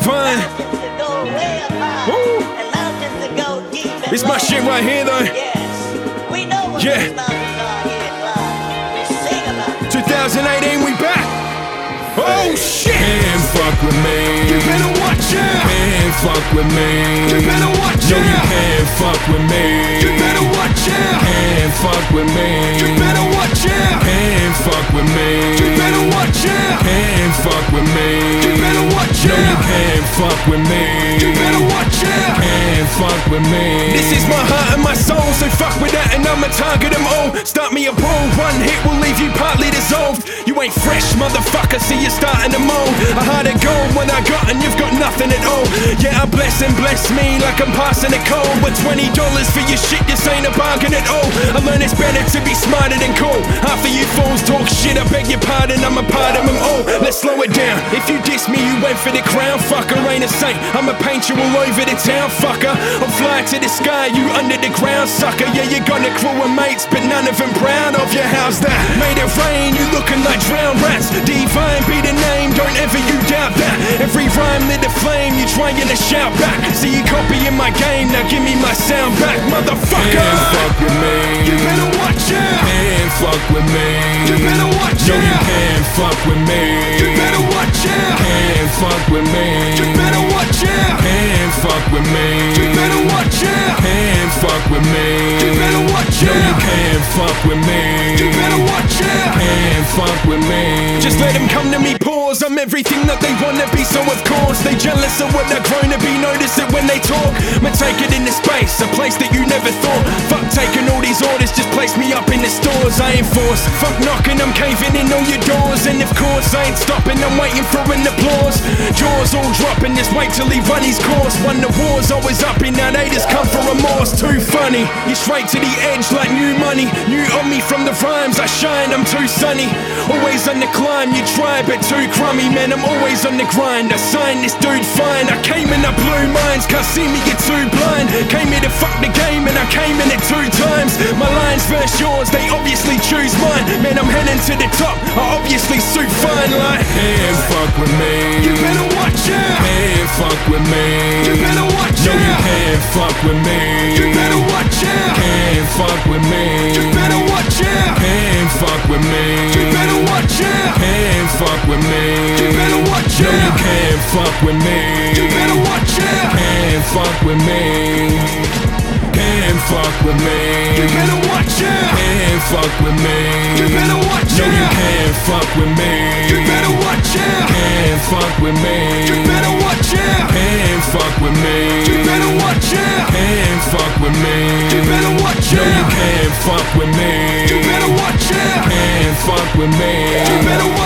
fun. Woo. This my shit right here, though. Yes, we know what Yeah. these mountains are here, blood. We sing about it. 2008, ain't we back? Oh shit! And fuck with me. You better watch out! And fuck with me. You better watch No, you out! can't fuck with me. You better watch out! And fuck with me. You better watch out! And fuck with me. You better watch out! And fuck with me. You better watch No, you out! can't fuck with me. You better watch out! And fuck with me. This is my heart and my soul, so fuck with that and I'ma target them all. Start me a ball, one hit will leave you partly dissolved. You ain't fresh, motherfucker, see you starting to mold. I had a goal when I got and you've got nothing at all. Yeah, I bless and bless me like I'm passing a cold. But $20 for your shit, this ain't a bargain at all. I learned it's better to be smarter than cool. Half of you fools talk Oh, shit, I beg your pardon, I'm a part of them all. Let's slow it down. If you diss me, you went for the crown, fucker, ain't a saint. I'ma paint you all over the town, fucker. I'm flying to the sky, you under the ground, sucker. Yeah, you got a crew of mates, but none of them proud of you. How's that? Made it rain, you looking like drowned rats. Divine be the name, don't ever you doubt that. Every rhyme lit a flame, you trying to shout back. See you copying my game, now give me my sound back, motherfucker. And fuck with me. You better watch out. And fuck with me. You better watch No, you out. can't fuck with me. You better watch out. And fuck with me. You better watch out. And fuck with me. You better watch out. And fuck with me. You better watch No, you out. can't fuck with me. You better watch out. And fuck with me. Just let them come to me, pause. I'm everything that they wanna be, so of course they jealous of what they're grown to be. Notice it when they talk. Man, take it into space, a place that you never thought. Fuck taking all these orders, just place me up in the stores. I enforce. Fuck knocking, I'm caving in all your doors. And of course, I ain't stopping, I'm waiting for an applause. Jaws all dropping, just wait till he run his course. Won the war's always up in that haters come for remorse. Too funny, you're straight to the edge like new money. New on me from the rhymes, I shine, I'm too sunny. Always on the climb, you try, but too crummy, man. I'm always on the grind. I signed this dude fine. I came in the blue minds, can't see me, get too blind. Came here to fuck the game, and I came in it two times. My lines verse yours, they obviously choose mine. Man, I'm heading to the top, I obviously suit fine, like. And fuck with me. You better watch out, And fuck with me. you better watch No, you out, can't fuck with me. you better watch out, And fuck with me. you better watch out, And fuck with me. you better watch out, And fuck with me. you better watch No, you out. can't fuck with me. You better watch out. Can't fuck with me. Can't fuck with You me. better watch out. Can't fuck with You me. better watch No, you out. can't fuck with You me. better watch out. Can't fuck with You me. better watch out. Can't fuck with You me. better watch out. Can't fuck with You me. better watch No, you out. can't fuck with You me. better watch out. Can't fuck with You me. better watch